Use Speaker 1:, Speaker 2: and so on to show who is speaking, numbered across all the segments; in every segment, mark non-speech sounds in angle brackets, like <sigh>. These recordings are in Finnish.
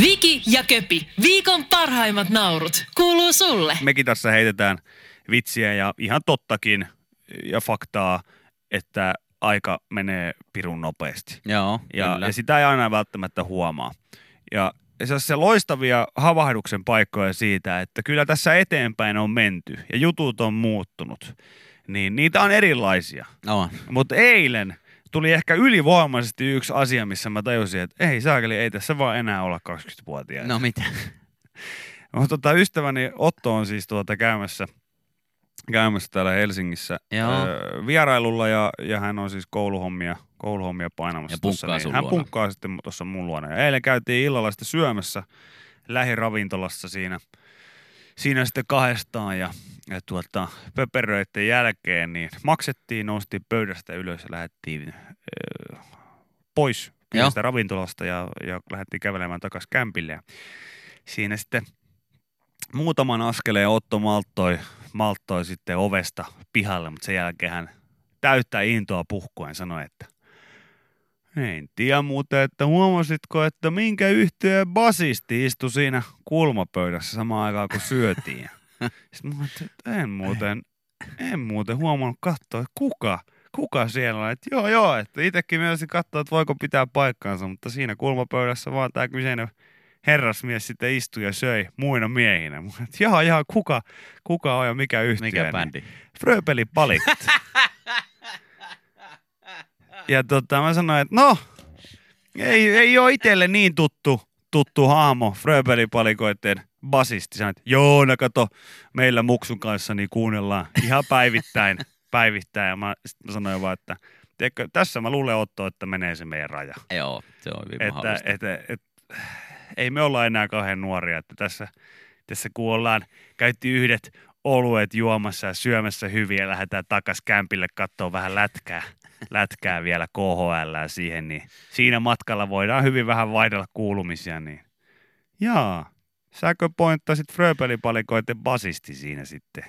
Speaker 1: Viki ja Köpi, viikon parhaimmat naurut, kuuluu sulle.
Speaker 2: Mekin tässä heitetään vitsiä ja ihan tottakin ja faktaa, että aika menee pirun nopeasti.
Speaker 3: Joo,
Speaker 2: Ja,
Speaker 3: kyllä.
Speaker 2: ja sitä ei aina välttämättä huomaa. Ja se on se loistavia havahduksen paikkoja siitä, että kyllä tässä eteenpäin on menty ja jutut on muuttunut. Niin niitä on erilaisia.
Speaker 3: On.
Speaker 2: Mutta eilen tuli ehkä ylivoimaisesti yksi asia, missä mä tajusin, että ei saakeli, ei tässä vaan enää olla 20-vuotiaita.
Speaker 3: No mitä?
Speaker 2: Mutta tota, ystäväni Otto on siis tuota käymässä, käymässä täällä Helsingissä
Speaker 3: Joo.
Speaker 2: Öö, vierailulla ja, ja, hän on siis kouluhommia, kouluhommia painamassa.
Speaker 3: Ja
Speaker 2: tossa,
Speaker 3: punkkaa sun
Speaker 2: niin hän
Speaker 3: luona.
Speaker 2: punkkaa sitten tuossa mun luona. Ja eilen käytiin illalla sitten syömässä lähiravintolassa siinä, siinä sitten kahdestaan ja, ja tuota, pöperöiden jälkeen niin maksettiin, noustiin pöydästä ylös ja lähdettiin öö, pois kyllästä ravintolasta ja, ja lähdettiin kävelemään takaisin kämpille. Ja siinä sitten muutaman askeleen Otto malttoi, malttoi sitten ovesta pihalle, mutta sen jälkeen hän täyttää intoa puhkuen sanoi, että en tiedä muuten, että huomasitko, että minkä yhtiön basisti istui siinä kulmapöydässä samaan aikaan, kun
Speaker 3: <laughs>
Speaker 2: syötiin. Sitten mä ajattelin, että en muuten, en muuten huomannut katsoa, että kuka, kuka siellä on. Että joo, joo, että itsekin myös katsoa, että voiko pitää paikkaansa, mutta siinä kulmapöydässä vaan tämä kyseinen herrasmies sitten istui ja söi muina miehinä. Mä ajattelin, että jaha, jaha, kuka, kuka on ja mikä yhtiö. niin.
Speaker 3: Mikä bändi?
Speaker 2: Fröpeli palit. ja tota, mä sanoin, että no, ei, ei ole itselle niin tuttu, tuttu hahmo Fröbeli palikoiden basisti. Sanoin, että joo, no kato, meillä Muksun kanssa niin kuunnellaan ihan päivittäin. päivittäin. Ja mä, sit mä sanoin vaan, että tiedätkö, tässä mä luulen Otto, että menee se meidän raja.
Speaker 3: Joo, se on hyvin
Speaker 2: Että,
Speaker 3: mahdollista.
Speaker 2: että, että, ei me olla enää kauhean nuoria, että tässä, tässä kun ollaan, käytti yhdet oluet juomassa ja syömässä hyviä, ja lähdetään takas kämpille katsoa vähän lätkää, lätkää vielä KHL ja siihen, niin siinä matkalla voidaan hyvin vähän vaihdella kuulumisia, niin jaa, säkö pointtasit Fröbelipalikoiden basisti siinä sitten?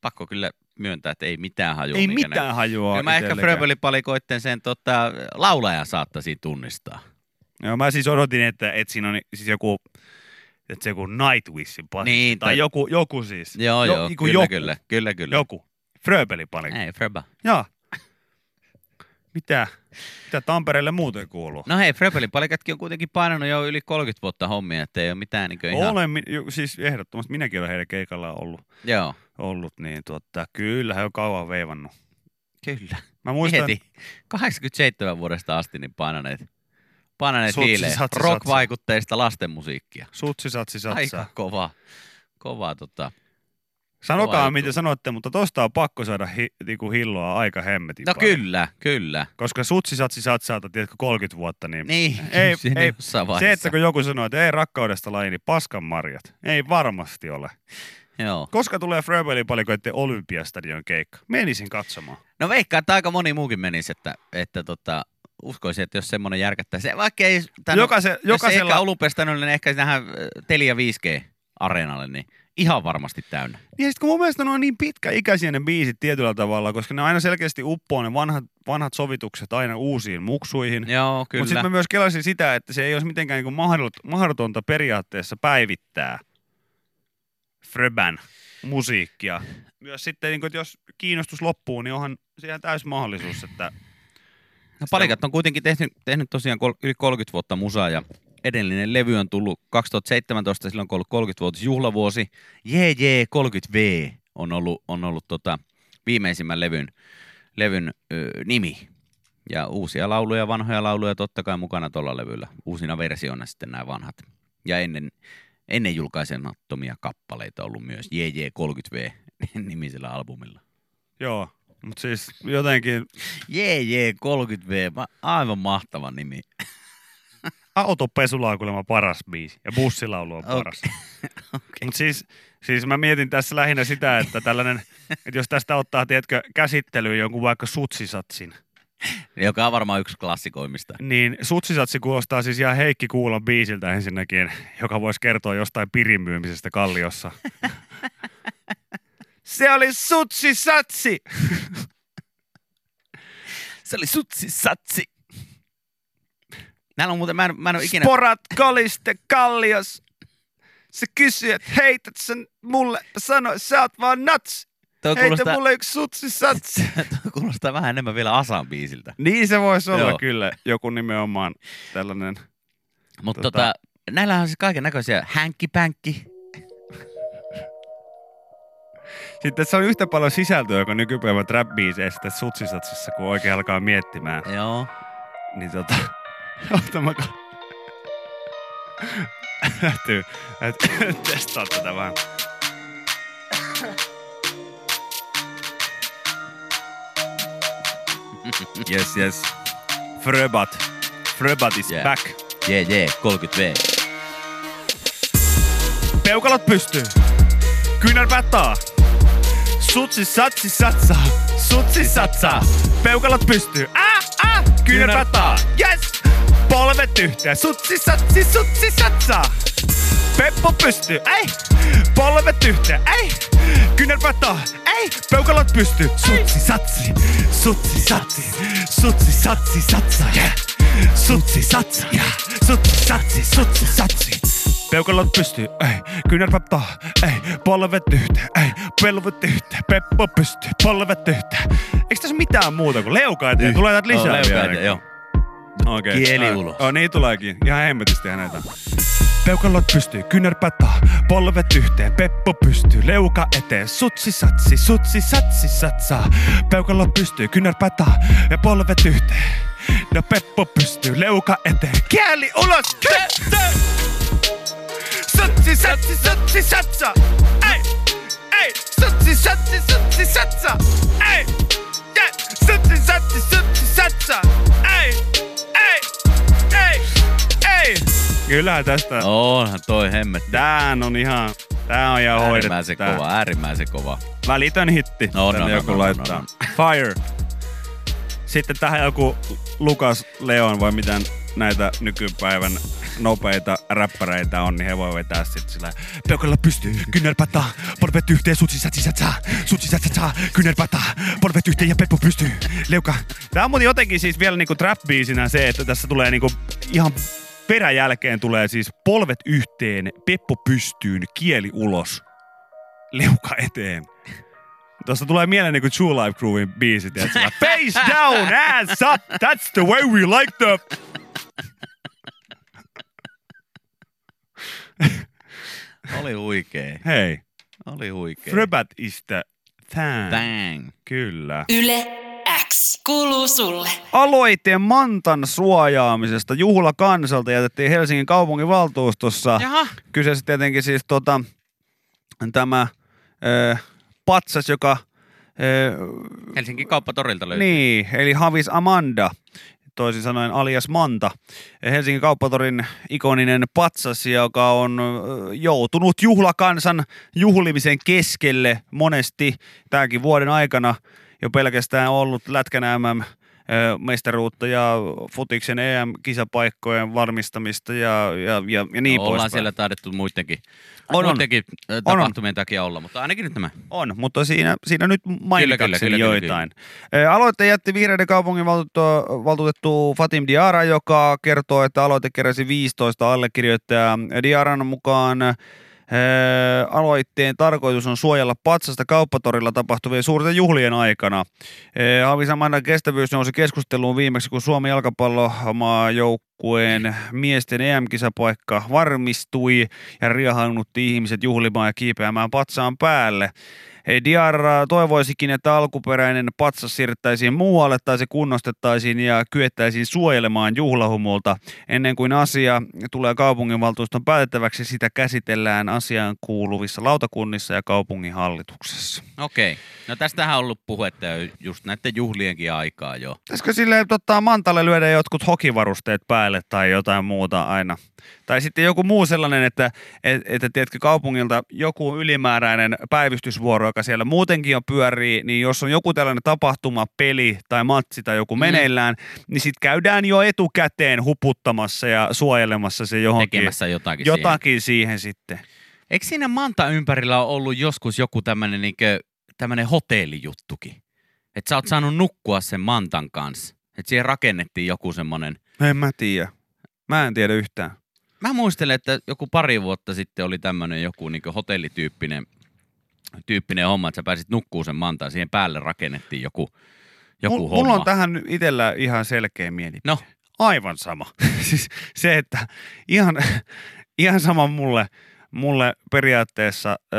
Speaker 3: Pakko kyllä myöntää, että ei mitään hajua.
Speaker 2: ei
Speaker 3: mikä ne-
Speaker 2: mitään hajua
Speaker 3: Kyllä mä ehkä
Speaker 2: itsellekään.
Speaker 3: Fröbelipalikoitten sen tota, laulajan saattaisin tunnistaa.
Speaker 2: Joo, mä siis odotin, että, että siinä on siis joku, että se joku Nightwishin pasi.
Speaker 3: Niin,
Speaker 2: tai,
Speaker 3: tai-
Speaker 2: joku, joku siis.
Speaker 3: Joo, joo,
Speaker 2: niin kuin
Speaker 3: kyllä,
Speaker 2: joku,
Speaker 3: kyllä, kyllä, kyllä.
Speaker 2: Joku. Fröbelipalikka.
Speaker 3: Ei, Fröbä.
Speaker 2: Joo. Mitä? Mitä Tampereelle muuten kuuluu?
Speaker 3: No hei, Fröbelipalikatkin on kuitenkin painanut jo yli 30 vuotta hommia, ettei ole mitään niin ihan...
Speaker 2: Olen, mi- ju- siis ehdottomasti minäkin olen heidän keikalla ollut,
Speaker 3: Joo,
Speaker 2: ollut niin tuota, kyllä he on kauan veivannut.
Speaker 3: kyllä.
Speaker 2: Mä muistan,
Speaker 3: Mieti, 87 vuodesta asti niin painaneet, painaneet
Speaker 2: Sutsi,
Speaker 3: hiileen.
Speaker 2: satsi,
Speaker 3: Rock-vaikutteista lastenmusiikkia.
Speaker 2: sutsi satsi satsaa.
Speaker 3: Aika kova, kova tota.
Speaker 2: Sanokaa
Speaker 3: juttu.
Speaker 2: mitä sanotte, mutta tosta on pakko saada hi, niinku hilloa aika hemmetin
Speaker 3: No
Speaker 2: paljon.
Speaker 3: kyllä, kyllä.
Speaker 2: Koska sutsi satsi satsaata, tiedätkö, 30 vuotta, niin
Speaker 3: Niin, <laughs>
Speaker 2: Ei,
Speaker 3: siinä
Speaker 2: ei.
Speaker 3: jossain
Speaker 2: Se,
Speaker 3: vaiheessa.
Speaker 2: että kun joku sanoo, että ei rakkaudesta laji, niin paskan marjat. Ei varmasti ole.
Speaker 3: Joo.
Speaker 2: Koska tulee Fröbelin palikoiden Olympiastadion keikka? Menisin katsomaan.
Speaker 3: No veikkaan, että aika moni muukin menisi, että, että tota, uskoisin, että jos semmoinen järkättäisi. Vaikka ei, tämän,
Speaker 2: Jokaisen,
Speaker 3: jos ei
Speaker 2: jokaisella,
Speaker 3: ehkä olupestannut, niin ehkä tähän äh, Telia 5G-areenalle, niin ihan varmasti täynnä.
Speaker 2: Niin ja sit kun mun mielestä ne on niin pitkäikäisiä ne biisit tietyllä tavalla, koska ne aina selkeästi uppoo ne vanhat, vanhat sovitukset aina uusiin muksuihin.
Speaker 3: Joo,
Speaker 2: Mutta
Speaker 3: kyllä.
Speaker 2: sitten mä myös kelasin sitä, että se ei olisi mitenkään niinku mahdot- mahdotonta periaatteessa päivittää Fröbän musiikkia. Myös sitten, niinku, että jos kiinnostus loppuu, niin onhan siihen täys mahdollisuus, että
Speaker 3: No, palikat on kuitenkin tehnyt, tehnyt tosiaan kol- yli 30 vuotta musaa ja edellinen levy on tullut 2017, silloin kun on ollut 30-vuotis juhlavuosi. JJ 30V on ollut, on ollut tota, viimeisimmän levyn, levyn ö, nimi. Ja uusia lauluja, vanhoja lauluja totta kai mukana tuolla levyllä. Uusina versioina sitten nämä vanhat. Ja ennen, ennen julkaisemattomia kappaleita on ollut myös JJ 30V nimisellä albumilla.
Speaker 2: joo, mutta siis jotenkin
Speaker 3: JJ 30V, ma- aivan mahtava nimi.
Speaker 2: autopesula on kuulemma paras biisi ja bussilaulu on
Speaker 3: Okei.
Speaker 2: paras. Mutta siis, siis mä mietin tässä lähinnä sitä, että tällainen, että jos tästä ottaa, tiedätkö, käsittelyyn jonkun vaikka sutsisatsin,
Speaker 3: Joka on varmaan yksi klassikoimista.
Speaker 2: niin sutsisatsi kuulostaa siis ihan Heikki Kuulon biisiltä ensinnäkin, joka voisi kertoa jostain pirimyymisestä kalliossa. Se oli sutsisatsi!
Speaker 3: Se oli sutsi satsi. Näillä on muuten, mä en, mä en ole ikinä...
Speaker 2: Porat kaliste kallios. Se kysyi, että heität sen mulle. Mä sanoin, sä oot vaan nuts.
Speaker 3: Toi
Speaker 2: Heitä
Speaker 3: kuulostaa,
Speaker 2: mulle yksi sutsi <laughs> sats.
Speaker 3: <laughs> toi kuulostaa vähän enemmän vielä Asan biisiltä.
Speaker 2: niin se voisi olla
Speaker 3: Joo.
Speaker 2: kyllä joku nimenomaan tällainen.
Speaker 3: Mutta tota,
Speaker 2: Tota-
Speaker 3: tota, näillä on siis kaiken näköisiä hänkkipänkki.
Speaker 2: Sitten se on yhtä paljon sisältöä, joka nykypäivän trap-biiseissä sutsisatsissa, kun oikein alkaa miettimään.
Speaker 3: Joo.
Speaker 2: Niin tota, <laughs> ota mä ka- <laughs> Täytyy, täytyy <laughs> testaa tätä vähän. Yes, yes. Fröbat. Fröbat is
Speaker 3: Yeah.
Speaker 2: back.
Speaker 3: Jee, jee, 30V.
Speaker 2: Peukalot pystyy. Kynärpäät taa. Sutsi satsi satsa. Sutsi satsa. Peukalot pystyy. Ah, ah. Kynärpäät taa. Yes. Polvet yhteen. Sutsi satsi sutsi satsa. Peppo pystyy. Ei. Polvet yhteen. Ei. Kynärpäät taa. Ei. Peukalot pystyy. Sutsi satsi. Sutsi satsi. Sutsi satsi satsa. Yeah. Sutsi satsa. Yeah. Sutsi satsi. Sutsi satsi. Peukalot pystyy, ei, kynärpäät taa, ei, polvet yhteen, ei, pelvet yhteen, peppo pystyy, polvet yhteen. Eikö tässä mitään muuta kuin leukaita? Ja tulee täältä lisää
Speaker 3: Niin. Joo,
Speaker 2: vielä.
Speaker 3: leukaita, Joo.
Speaker 2: Okei.
Speaker 3: Kieli
Speaker 2: Ai,
Speaker 3: ulos.
Speaker 2: Joo, niin tuleekin. Ihan hemmetisti näitä. Peukalot pystyy, kynärpäät taa, polvet yhteen, peppo pystyy, leuka eteen, sutsi satsi, sutsi satsi satsaa. Peukalot pystyy, kynärpäät taa ja polvet yhteen. Ja peppo pystyy, leuka eteen, kieli ulos, kyttö! Satsi, satsi, satsi, satsa! Ei! Ei! Satsi, satsi, satsi, satsa! Ei! Jä! Satsi, satsi, satsi, satsa! Ei! Ei! Ei! Ei! Kyllähän tästä...
Speaker 3: No. Onhan toi hemmet.
Speaker 2: Tää on ihan... Tää on ihan hoidettu.
Speaker 3: Äärimmäisen
Speaker 2: tää.
Speaker 3: kova, äärimmäisen kova.
Speaker 2: Välitön hitti.
Speaker 3: No,
Speaker 2: tänne
Speaker 3: no, no,
Speaker 2: joku
Speaker 3: no, no,
Speaker 2: laittaa.
Speaker 3: no,
Speaker 2: Fire. Sitten tähän joku Lukas Leon vai mitä näitä nykypäivän nopeita räppäreitä on, niin he voi vetää sit sillä Peukalla pystyy, kynärpätä, polvet yhteen, sut sisät sisät saa, sut sisät sisät saa, kynärpätä, polvet yhteen ja peppu pystyy, leuka. Tää on muuten jotenkin siis vielä niinku trap-biisinä se, että tässä tulee niinku ihan peräjälkeen tulee siis polvet yhteen, peppu pystyyn, kieli ulos leuka eteen. Tuosta tulee mieleen niinku True Life Crewin biisi, tiedätkö? Sillä, Face down, ass up, that's the way we like the...
Speaker 3: Oli huikee.
Speaker 2: Hei,
Speaker 3: Oli huikee.
Speaker 2: Fröbat is the than.
Speaker 3: Tang.
Speaker 2: Kyllä.
Speaker 1: Yle X kuuluu sulle.
Speaker 2: Aloite Mantan suojaamisesta juhlakansalta jätettiin Helsingin kaupunginvaltuustossa.
Speaker 3: Jaha.
Speaker 2: Kyseessä tietenkin siis tota, tämä ö, patsas, joka ö,
Speaker 3: Helsingin kauppatorilta löytyy.
Speaker 2: Niin, eli Havis Amanda, toisin sanoen alias Manta. Helsingin kauppatorin ikoninen patsas, joka on ö, joutunut juhlakansan juhlimisen keskelle monesti tämänkin vuoden aikana. Jo pelkästään ollut Lätkän MM ö, mestaruutta ja futiksen EM-kisapaikkojen varmistamista ja, ja, ja, ja niin
Speaker 3: No, ollaan
Speaker 2: poispäin.
Speaker 3: siellä taidettu muidenkin,
Speaker 2: On, on.
Speaker 3: muidenkin on.
Speaker 2: on.
Speaker 3: tapahtumien takia olla, mutta ainakin nyt nämä.
Speaker 2: On, mutta siinä, siinä nyt mainitakseni
Speaker 3: kyllä, kyllä,
Speaker 2: joitain. Ö, Aloitteen jätti vihreiden kaupungin valtuutettu, valtuutettu Fatim Diara, joka kertoo, että aloite keräsi 15 allekirjoittajaa. Diaran mukaan ö, aloitteen tarkoitus on suojella patsasta kauppatorilla tapahtuvien suurten juhlien aikana. Ö, Havisamannan kestävyys nousi keskusteluun viimeksi, kun Suomen jalkapallomaajoukkueen miesten EM-kisapaikka varmistui ja riehannutti ihmiset juhlimaan ja kiipeämään patsaan päälle. Hei, Diarra toivoisikin, että alkuperäinen patsas siirrettäisiin muualle tai se kunnostettaisiin ja kyettäisiin suojelemaan juhlahumulta. Ennen kuin asia tulee kaupunginvaltuuston päätettäväksi, sitä käsitellään asiaan kuuluvissa lautakunnissa ja kaupunginhallituksessa.
Speaker 3: Okei. No tästähän on ollut puhetta jo just näiden juhlienkin aikaa jo.
Speaker 2: Pitäisikö sille tota, mantalle lyödä jotkut hokivarusteet päälle tai jotain muuta aina? Tai sitten joku muu sellainen, että, et, että tiedätkö kaupungilta joku ylimääräinen päivystysvuoro, joka siellä muutenkin jo pyörii, niin jos on joku tällainen tapahtuma, peli tai matsi tai
Speaker 3: Mm.
Speaker 2: joku meneillään, niin sitten käydään jo etukäteen huputtamassa ja suojelemassa se johonkin.
Speaker 3: Tekemässä jotakin siihen.
Speaker 2: jotakin siihen. siihen sitten.
Speaker 3: Eikö siinä Manta ympärillä ole ollut joskus joku tämmöinen niinkö, tämmönen hotellijuttukin? Että sä oot saanut nukkua sen Mantan kanssa. Että siihen rakennettiin joku semmoinen
Speaker 2: En mä tiedä. Mä en tiedä yhtään.
Speaker 3: Mä muistelen, että joku pari vuotta sitten oli tämmöinen joku niin hotellityyppinen tyyppinen homma, että sä pääsit nukkuu sen mantaan, siihen päälle rakennettiin joku, joku
Speaker 2: Mul-
Speaker 3: homma.
Speaker 2: Mulla on tähän nyt itsellä ihan selkeä mielipide.
Speaker 3: No,
Speaker 2: Aivan sama. <laughs> siis se, että ihan, ihan sama mulle, mulle periaatteessa. Ö,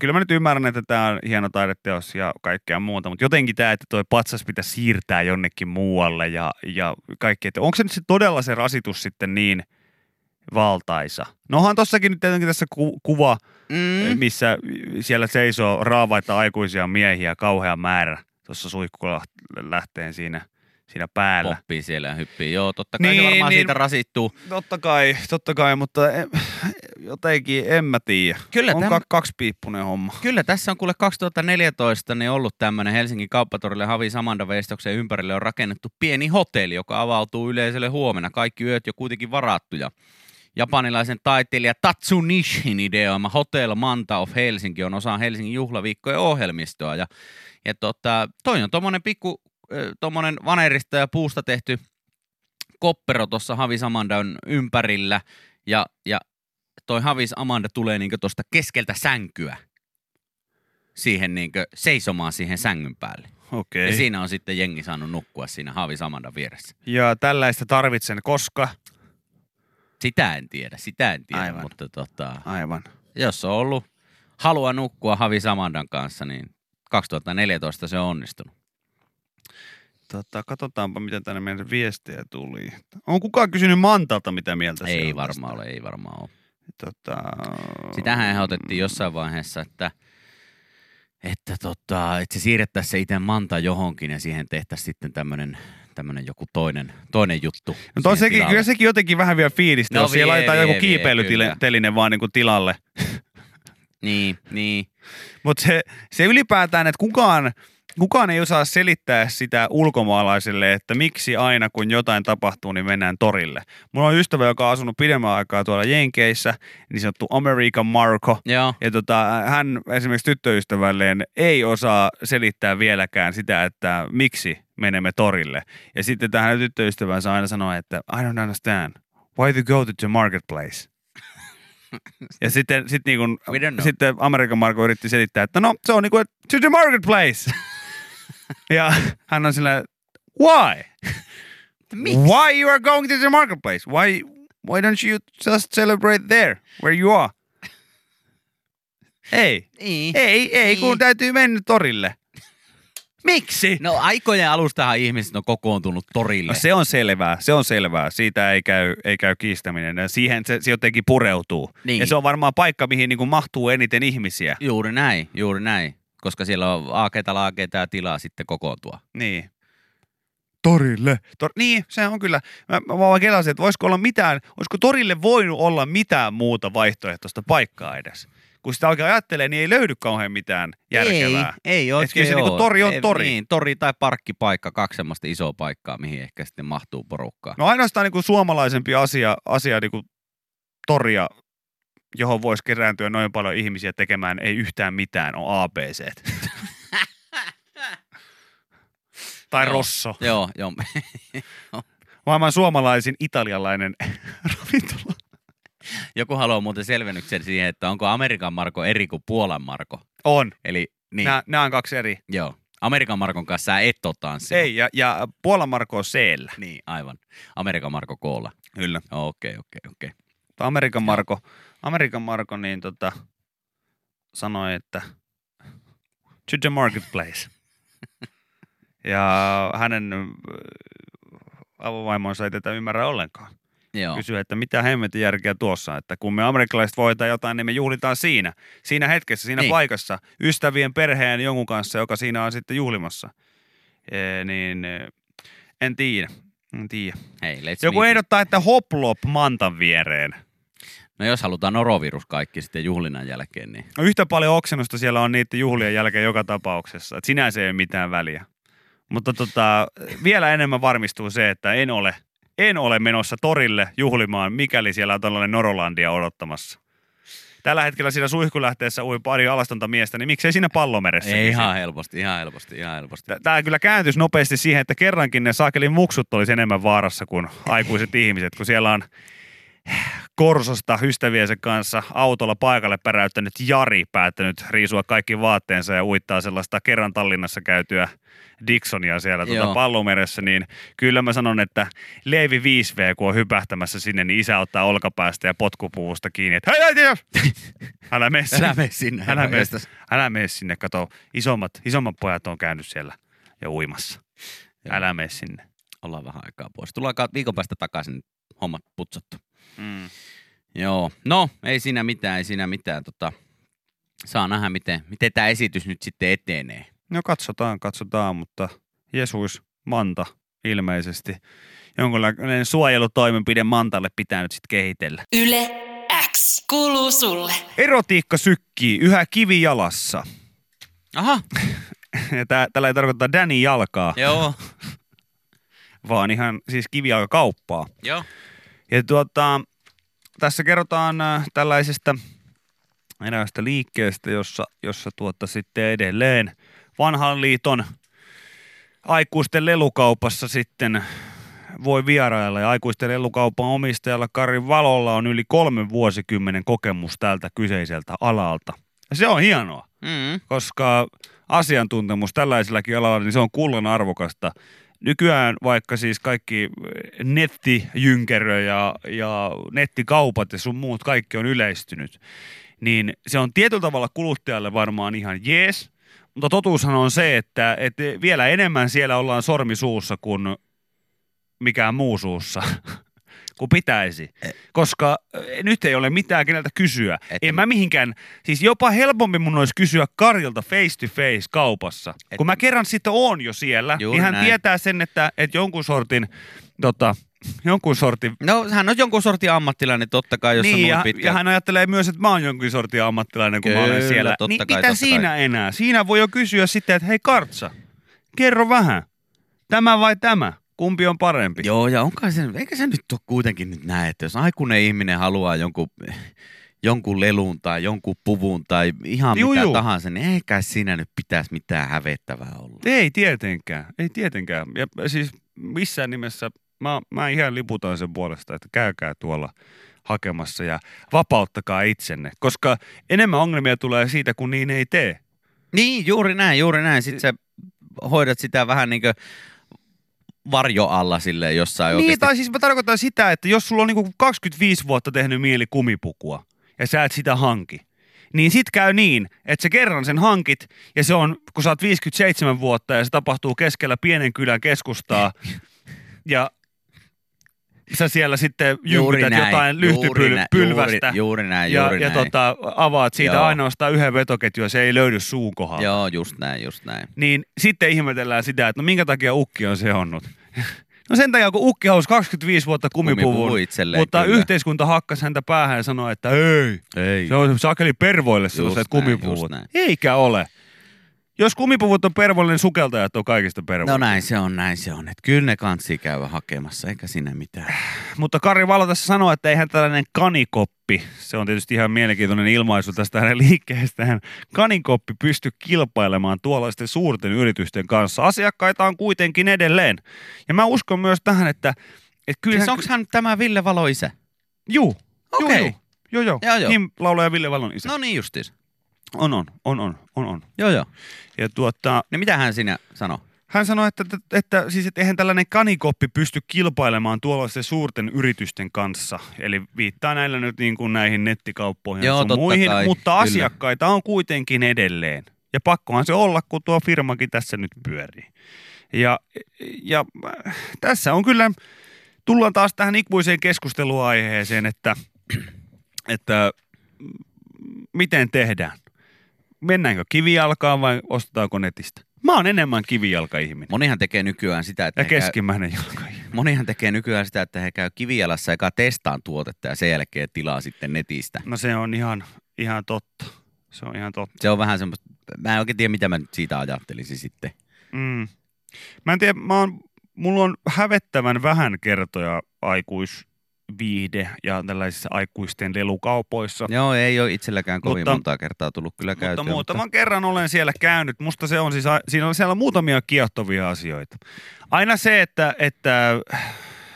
Speaker 2: kyllä mä nyt ymmärrän, että tämä on hieno taideteos ja kaikkea muuta, mutta jotenkin tämä, että toi patsas pitää siirtää jonnekin muualle ja, ja kaikki. Että onko se nyt se todella se rasitus sitten niin valtaisa? No onhan tossakin nyt tietenkin tässä ku- kuva,
Speaker 3: mm,
Speaker 2: missä siellä seisoo raavaita aikuisia miehiä kauhea määrä tuossa suihkulähteen siinä, siinä päällä.
Speaker 3: poppii siellä ja hyppii. Joo, totta kai niin,
Speaker 2: Niin,
Speaker 3: se varmaan
Speaker 2: niin.
Speaker 3: niin. siitä rasittuu.
Speaker 2: Totta kai, totta kai, mutta en, jotenkin en mä tiedä.
Speaker 3: Kyllä
Speaker 2: on
Speaker 3: täm-
Speaker 2: ka- kaksipiippunen homma.
Speaker 3: Kyllä, tässä on kuule 2014 niin ollut tämmöinen Helsingin kauppatorille Havi Samanda veistoksen ympärille on rakennettu pieni hotelli, joka avautuu yleisölle huomenna. Kaikki yöt jo kuitenkin varattuja. Japanilaisen taiteilija Tatsu Nishin ideoima Hotel Manta of Helsinki on osa Helsingin juhlaviikkojen ohjelmistoa. Ja, ja tota, toi on tommonen pikku, ö, tommonen vanerista ja puusta tehty koppero tuossa Havi Samandan ympärillä. Ja, ja toi Havis Amanda tulee niinku tuosta keskeltä sänkyä siihen niinkö seisomaan siihen sängyn päälle.
Speaker 2: Okei.
Speaker 3: Ei. Ja siinä on sitten jengi saanut nukkua siinä Haavis Amandan vieressä.
Speaker 2: Ja tällaista tarvitsen, koska...
Speaker 3: Sitä en tiedä, sitä en tiedä,
Speaker 2: Aivan.
Speaker 3: Aivan. mutta tota,
Speaker 2: Aivan.
Speaker 3: jos on ollut halua nukkua Havis Amandan kanssa, niin 2014 se on onnistunut.
Speaker 2: Tota, katsotaanpa, mitä tänne meidän viestejä tuli. On kukaan kysynyt Mantalta, mitä mieltä se
Speaker 3: ei
Speaker 2: on
Speaker 3: varmaan
Speaker 2: tästä?
Speaker 3: ole, ei varmaan ole.
Speaker 2: Tota...
Speaker 3: Sitähän ehdotettiin jossain vaiheessa, että, että, tota, että se siirrettäisiin se itse manta johonkin ja siihen tehtäisiin sitten tämmöinen tämmönen joku toinen, toinen juttu.
Speaker 2: No
Speaker 3: siihen
Speaker 2: toi sekin,
Speaker 3: tilalle.
Speaker 2: kyllä sekin jotenkin vähän vielä fiilistä,
Speaker 3: No
Speaker 2: jos siellä
Speaker 3: vie,
Speaker 2: laitetaan
Speaker 3: vie,
Speaker 2: joku
Speaker 3: vie, kyllä.
Speaker 2: kiipeilyteline vaan niin kuin tilalle.
Speaker 3: Niin, niin.
Speaker 2: Mutta se, se ylipäätään, että kukaan, kukaan ei osaa selittää sitä ulkomaalaisille, että miksi aina kun jotain tapahtuu, niin mennään torille. Mulla on ystävä, joka on asunut pidemmän aikaa tuolla Jenkeissä, niin sanottu American Marco.
Speaker 3: Joo.
Speaker 2: Ja tota, hän esimerkiksi tyttöystävälleen ei osaa selittää vieläkään sitä, että miksi menemme torille. Ja sitten tähän tyttöystävänsä aina sanoo, että I don't understand. Why do you go to the marketplace? ja sitten, sit niin kun,
Speaker 3: We don't know.
Speaker 2: sitten Amerikan Marko yritti selittää, että no se on niin kuin, että to the
Speaker 3: <laughs>
Speaker 2: marketplace. ja hän on sillä, why?
Speaker 3: <laughs>
Speaker 2: Why you are going to the marketplace? Why, why don't you just celebrate there, where you are? Ei.
Speaker 3: Niin.
Speaker 2: Ei, ei, kun
Speaker 3: Niin.
Speaker 2: täytyy mennä
Speaker 3: <laughs>
Speaker 2: torille. Miksi?
Speaker 3: No aikojen alustahan ihmiset on kokoontunut torille.
Speaker 2: No se on selvää, se on selvää. Siitä ei käy, ei käy kiistäminen. Ja Siihen se, se jotenkin pureutuu.
Speaker 3: Niin.
Speaker 2: Ja se on varmaan paikka, mihin niin kuin mahtuu eniten ihmisiä.
Speaker 3: Juuri näin, juuri näin. Koska siellä on aakeita laakeita ja tilaa sitten kokoontua.
Speaker 2: Niin. Torille. Tor- niin, se on kyllä. Mä, mä vaan kelasin, että voisiko olla mitään, olisiko torille voinut olla mitään muuta vaihtoehtoista paikkaa edes. Kun sitä oikein ajattelee, niin ei löydy kauhean mitään järkevää.
Speaker 3: Ei, ei
Speaker 2: Et kyllä
Speaker 3: oikein
Speaker 2: se niinku
Speaker 3: oo.
Speaker 2: tori on
Speaker 3: Ei,
Speaker 2: tori.
Speaker 3: Niin, tori tai parkkipaikka, kaksi semmoista isoa paikkaa, mihin ehkä sitten mahtuu porukkaa.
Speaker 2: No ainoastaan niin kuin suomalaisempi asia, asia niin kuin toria, johon voisi kerääntyä noin paljon ihmisiä tekemään ei yhtään mitään, on ABC. tai
Speaker 3: Joo.
Speaker 2: Rosso.
Speaker 3: Joo, joo. <laughs>
Speaker 2: Maailman suomalaisin italialainen <laughs> ravintola.
Speaker 3: Joku haluaa muuten selvennyksen siihen, että onko Amerikan Marko eri kuin Puolan Marko.
Speaker 2: On.
Speaker 3: Eli niin,
Speaker 2: Niin. Nämä, nämä on kaksi eri.
Speaker 3: joo. Amerikan Markon kanssa sä et ole tanssia.
Speaker 2: Ei, ja, ja Puolan Marko on C-llä.
Speaker 3: Niin, aivan. Amerikan Marko koolla.
Speaker 2: Kyllä.
Speaker 3: Okei, okei, okei.
Speaker 2: Mutta Amerikan Marko, Amerikan Marko niin tota, sanoi, että to the
Speaker 3: <laughs>
Speaker 2: marketplace. ja hänen ö, avovaimonsa ei tätä ymmärrä ollenkaan.
Speaker 3: Joo.
Speaker 2: Kysyy, että mitä hemmetin järkeä tuossa, että kun me amerikkalaiset voitetaan jotain, niin me juhlitaan siinä. Siinä hetkessä, siinä
Speaker 3: Niin.
Speaker 2: niin. paikassa, ystävien, perheen, jonkun kanssa, joka siinä on sitten juhlimassa. Ee, niin ö, en tiedä, en tiedä.
Speaker 3: Hei, let's
Speaker 2: Joku
Speaker 3: meet
Speaker 2: ehdottaa, että hoplop mantan viereen.
Speaker 3: No jos halutaan norovirus kaikki sitten juhlinnan jälkeen, niin
Speaker 2: No yhtä paljon oksennusta siellä on niiden juhlien jälkeen joka tapauksessa. Et sinänsä ei ole mitään väliä. Mutta tota, vielä enemmän varmistuu se, että en ole, en ole menossa torille juhlimaan, mikäli siellä on tällainen Norolandia odottamassa. Tällä hetkellä siinä suihkulähteessä ui pari alastonta miestä, niin miksei siinä pallomeressä?
Speaker 3: Ei, ihan helposti, ihan helposti, ihan helposti.
Speaker 2: Tämä kyllä kääntyisi nopeasti siihen, että kerrankin ne saakelin muksut olisi enemmän vaarassa kuin aikuiset ihmiset, kun siellä on Korsosta ystäviensä kanssa autolla paikalle päräyttänyt Jari päättänyt riisua kaikki vaatteensa ja uittaa sellaista kerran Tallinnassa käytyä Dixonia siellä tuota
Speaker 3: Joo.
Speaker 2: pallomeressä, niin kyllä mä sanon, että Leivi 5V, kun on hypähtämässä sinne, niin isä ottaa olkapäästä ja potkupuvusta kiinni, että hei, hei,
Speaker 3: <laughs>
Speaker 2: hei! Älä mene sinne.
Speaker 3: Älä mene sinne,
Speaker 2: Älä
Speaker 3: herra
Speaker 2: mene,
Speaker 3: jestas.
Speaker 2: älä mene sinne, kato. Isommat, isommat pojat on käynyt siellä ja uimassa.
Speaker 3: Joo.
Speaker 2: Älä mene sinne.
Speaker 3: Ollaan vähän aikaa pois. Tullaan ka- viikon päästä takaisin, niin hommat putsattu.
Speaker 2: Mm.
Speaker 3: Joo, no ei siinä mitään, ei siinä mitään. Tota, saa nähdä, miten, miten tämä esitys nyt sitten etenee.
Speaker 2: No katsotaan, katsotaan, mutta Jesuus Manta ilmeisesti. Jonkunlainen suojelutoimenpide Mantalle pitää nyt sitten kehitellä.
Speaker 1: Yle X. Kuuluu sulle.
Speaker 2: Erotiikka sykkii yhä kivijalassa. <laughs>
Speaker 3: Aha,
Speaker 2: Ja tää, tällä ei tarkoita Danny jalkaa, <laughs>
Speaker 3: joo,
Speaker 2: vaan ihan siis kivijalkakauppaa.
Speaker 3: joo.
Speaker 2: Ja tuota, tässä kerrotaan äh, tällaisesta eräästä liikkeestä, jossa, jossa tuota sitten edelleen vanhan liiton aikuisten lelukaupassa sitten voi vierailla. Ja aikuisten lelukaupan omistajalla Kari Valolla on yli kolmen vuosikymmenen kokemus tältä kyseiseltä alalta. Ja se on hienoa
Speaker 3: Mm.
Speaker 2: koska asiantuntemus tällaisellakin alalla, niin se on kullan arvokasta. Nykyään vaikka siis kaikki nettijynkerö ja, ja nettikaupat ja sun muut kaikki on yleistynyt, niin se on tietyllä tavalla kuluttajalle varmaan ihan jees, mutta totuushan on se, että, että vielä enemmän siellä ollaan sormisuussa kuin mikään muu suussa, <laughs> kuin pitäisi. Koska eh, nyt ei ole mitään keneltä kysyä.
Speaker 3: Että-
Speaker 2: En mä mihinkään, siis jopa helpompi mun olisi kysyä Karilta face to face kaupassa.
Speaker 3: Että-
Speaker 2: Kun mä kerran sitten oon jo siellä,
Speaker 3: Juuri
Speaker 2: niin hän
Speaker 3: näin.
Speaker 2: tietää sen, että, että jonkun sortin, tota, jonkun sortin
Speaker 3: No hän on jonkun sortin ammattilainen totta kai, jos
Speaker 2: niin,
Speaker 3: on
Speaker 2: ja,
Speaker 3: ollut pitkä.
Speaker 2: ja hän ajattelee myös, että mä oon jonkin sortin ammattilainen, kun mä olen
Speaker 3: Kyllä,
Speaker 2: siellä.
Speaker 3: totta
Speaker 2: niin
Speaker 3: kai,
Speaker 2: mitä
Speaker 3: totta
Speaker 2: siinä enää? Siinä voi jo kysyä sitten, että hei Kartsa, kerro vähän. Tämä vai tämä? Kumpi on parempi?
Speaker 3: Joo, ja onkaan se, eikä se nyt ole kuitenkin nyt näin, että jos aikuinen ihminen haluaa jonkun, jonkun lelun tai jonkun puvun tai ihan
Speaker 2: Juu,
Speaker 3: mitä
Speaker 2: juu.
Speaker 3: tahansa, niin eikä siinä nyt pitäisi mitään hävettävää olla.
Speaker 2: Ei tietenkään, ei tietenkään. Ja siis missään nimessä, mä, mä ihan liputan sen puolesta, että käykää tuolla hakemassa ja vapauttakaa itsenne, koska enemmän ongelmia tulee siitä, kun niin ei tee.
Speaker 3: Niin, juuri näin, juuri näin. Sitten sä hoidat sitä vähän niin kuin varjoalla sille jossain
Speaker 2: Niin,
Speaker 3: oikeasti.
Speaker 2: tai siis mä tarkoitan sitä, että jos sulla on niinku 25 vuotta tehnyt mieli kumipukua ja sä et sitä hanki, niin sit käy niin, että sä kerran sen hankit ja se on, kun sä oot 57 vuotta ja se tapahtuu keskellä pienen kylän keskustaa ja sä siellä sitten jympytät jotain lyhtypylvästä
Speaker 3: Juuri, juuri näin,
Speaker 2: ja,
Speaker 3: juuri
Speaker 2: ja
Speaker 3: näin.
Speaker 2: tota, avaat siitä
Speaker 3: Joo.
Speaker 2: ainoastaan yhden vetoketjun ja se ei löydy suun kohdalta
Speaker 3: Joo, just näin, just näin.
Speaker 2: niin sitten ihmetellään sitä, että no minkä takia ukki on seonnut. <laughs> No sen takia, kun ukki halusi 25 vuotta kumipuvun,
Speaker 3: Kumipuvun itselleen,
Speaker 2: mutta
Speaker 3: kyllä.
Speaker 2: yhteiskunta hakkasi häntä päähän ja sanoi, että ei,
Speaker 3: Ei.
Speaker 2: se on sakeli pervoille sellaiset
Speaker 3: näin,
Speaker 2: kumipuvut.
Speaker 3: just näin.
Speaker 2: Eikä ole. Jos kumipuvut on pervoille, niin sukeltajat on kaikista pervoille.
Speaker 3: No näin se on, näin se on. Et kyllä ne kansi käydä hakemassa, eikä siinä mitään.
Speaker 2: Mutta Kari Valo tässä sanoo, että eihän tällainen kanikoppi, se on tietysti ihan mielenkiintoinen ilmaisu tästä hänen liikkeestään, kanikoppi pysty kilpailemaan tuollaisten suurten yritysten kanssa. Asiakkaita on kuitenkin edelleen. Ja mä uskon myös tähän, että, että kyllä...
Speaker 3: Siis onks hän tämä Ville Valo isä?
Speaker 2: Juu,
Speaker 3: Okei.
Speaker 2: juu, juu, joo, joo.
Speaker 3: Joo, joo.
Speaker 2: Niin laulaja Ville Valon isä.
Speaker 3: No niin justiis.
Speaker 2: On, on, on, on, on, on.
Speaker 3: Joo, joo.
Speaker 2: Ja tuota,
Speaker 3: Niin mitä hän sinä sanoi?
Speaker 2: Hän sanoi, että, että, että, siis, että eihän tällainen kanikoppi pysty kilpailemaan tuollaisten suurten yritysten kanssa. Eli viittaa näillä nyt niin kuin näihin nettikauppoihin
Speaker 3: Joo,
Speaker 2: ja sun
Speaker 3: totta
Speaker 2: muihin,
Speaker 3: kai,
Speaker 2: mutta
Speaker 3: kyllä.
Speaker 2: asiakkaita on kuitenkin edelleen. Ja pakkohan se olla, kun tuo firmakin tässä nyt pyörii. Ja, ja äh, tässä on kyllä, tullaan taas tähän ikuiseen keskusteluaiheeseen, että, että mm, miten tehdään. Mennäänkö kivijalkaan vai ostetaanko netistä? Mä oon enemmän kivijalkaihminen.
Speaker 3: Monihan tekee nykyään sitä, että
Speaker 2: Ja
Speaker 3: he käy,
Speaker 2: keskimmäinen jalkaihminen.
Speaker 3: monihan tekee nykyään sitä, että he käy kivijalassa eka testaan tuotetta ja sen jälkeen tilaa sitten netistä.
Speaker 2: No se on ihan, ihan totta. Se on ihan totta.
Speaker 3: Se on vähän semmoista, mä en oikein tiedä mitä mä nyt siitä ajattelisin sitten.
Speaker 2: Mm. Mä en tiedä, mä oon, mulla on hävettävän vähän kertoja aikuis viihde ja tällaisissa aikuisten lelukaupoissa.
Speaker 3: Joo, ei ole itselläkään kovin
Speaker 2: Mutta-
Speaker 3: mutta, montaa kertaa tullut kyllä
Speaker 2: Mutta
Speaker 3: käytyä.
Speaker 2: muutaman kerran olen siellä käynyt. Musta se on siis, a- siinä on siellä on muutamia kiehtovia asioita. Aina se, että, että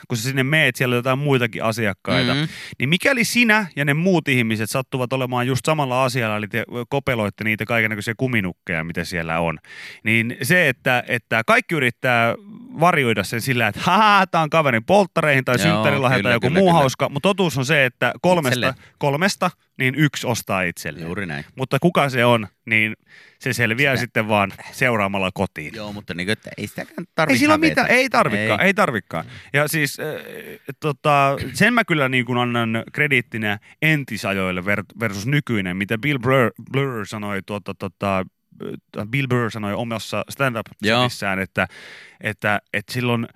Speaker 2: kun sä sinne meet, siellä on jotain muitakin asiakkaita, mm-hmm.
Speaker 3: Mhm.
Speaker 2: niin mikäli sinä ja ne muut ihmiset sattuvat olemaan just samalla asialla, eli te kopeloitte niitä kaikenlaisia kuminukkeja, mitä siellä on, niin se, että, että kaikki yrittää varjoida sen sillä, että haha, tämä on kaverin polttareihin tai
Speaker 3: Joo,
Speaker 2: synttärilahja tai
Speaker 3: kyllä,
Speaker 2: joku
Speaker 3: kyllä,
Speaker 2: muu
Speaker 3: kyllä.
Speaker 2: hauska, mutta totuus on se, että kolmesta,
Speaker 3: Itselleen.
Speaker 2: kolmesta niin yksi ostaa itselleen
Speaker 3: Juuri näin.
Speaker 2: mutta kuka se on, niin se selviää
Speaker 3: Sitä-
Speaker 2: sitten vaan seuraamalla kotiin.
Speaker 3: Joo, mutta niin kuin, että ei sitäkään tarvitse
Speaker 2: Ei sillä ole mitään, ei tarvikaan, ei, ei tarvikaan. Ja siis äh, tota, sen mä kyllä niin kuin annan krediittinä entisajoille ver- versus nykyinen, mitä Bill Blur, Blur sanoi tuota, tota, äh, Bill Burr sanoi omassa stand up että, että, että silloin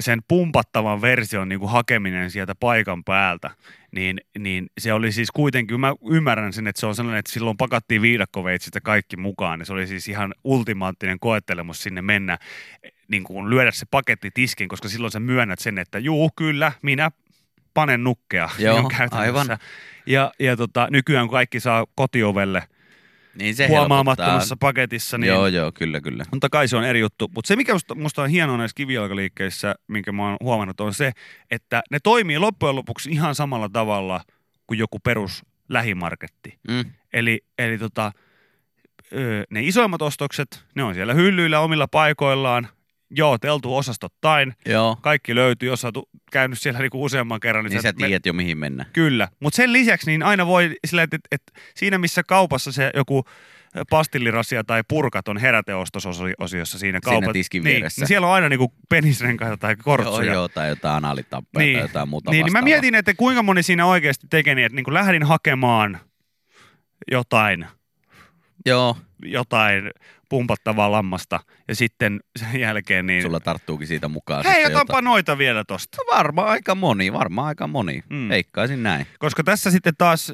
Speaker 2: sen pumpattavan version niin kuin hakeminen sieltä paikan päältä, niin, niin se oli siis kuitenkin, mä ymmärrän sen, että se on sellainen, että silloin pakattiin viidakkoveitsistä kaikki mukaan, niin se oli siis ihan ultimaattinen koettelemus sinne mennä, niin kuin lyödä se paketti tiskin, koska silloin sä myönnät sen, että juu, kyllä, minä panen nukkea. <laughs>
Speaker 3: Joo,
Speaker 2: Niin on käytännössä.
Speaker 3: aivan.
Speaker 2: Ja, ja tota, nykyään kun kaikki saa kotiovelle
Speaker 3: Niin se
Speaker 2: huomaamattomassa
Speaker 3: helpottaa.
Speaker 2: paketissa, niin
Speaker 3: Joo, joo, kyllä, kyllä.
Speaker 2: mutta kai se on eri juttu. Mutta se, mikä musta, musta on hienoa näissä kivijalkaliikkeissä, minkä mä oon huomannut, on se, että ne toimii loppujen lopuksi ihan samalla tavalla kuin joku perus lähimarketti.
Speaker 3: Mm.
Speaker 2: Eli, eli tota, öö, ne isoimmat ostokset, ne on siellä hyllyillä omilla paikoillaan, joo, teltu osastottain,
Speaker 3: Joo,
Speaker 2: kaikki löytyy, jos sä oot u- käynyt siellä niinku useamman kerran.
Speaker 3: niin sä tiedät jo mihin mennä.
Speaker 2: Kyllä, mutta sen lisäksi niin aina voi sillä, että, että siinä missä kaupassa se joku pastillirasia tai purkat on heräteostososiossa siinä kaupan.
Speaker 3: tiskin
Speaker 2: niin,
Speaker 3: vieressä.
Speaker 2: niin siellä on aina niinku penisrenkaita tai
Speaker 3: Joo,
Speaker 2: kortsuja.
Speaker 3: joo, tai jotain analitappeja niin. tai jotain muuta
Speaker 2: niin, niin mä
Speaker 3: vastaavaa.
Speaker 2: mietin, että kuinka moni siinä oikeasti tekee niin, että niin lähdin hakemaan jotain,
Speaker 3: Joo,
Speaker 2: jotain pumpattavaa lammasta ja sitten sen jälkeen niin,
Speaker 3: sulla tarttuukin siitä mukaan.
Speaker 2: hei
Speaker 3: sitten
Speaker 2: otanpa noita vielä tosta.
Speaker 3: jotain. Varmaan aika moni, varmaan aika moni.
Speaker 2: Mm.
Speaker 3: Mm. Veikkaisin näin.
Speaker 2: Koska tässä sitten taas,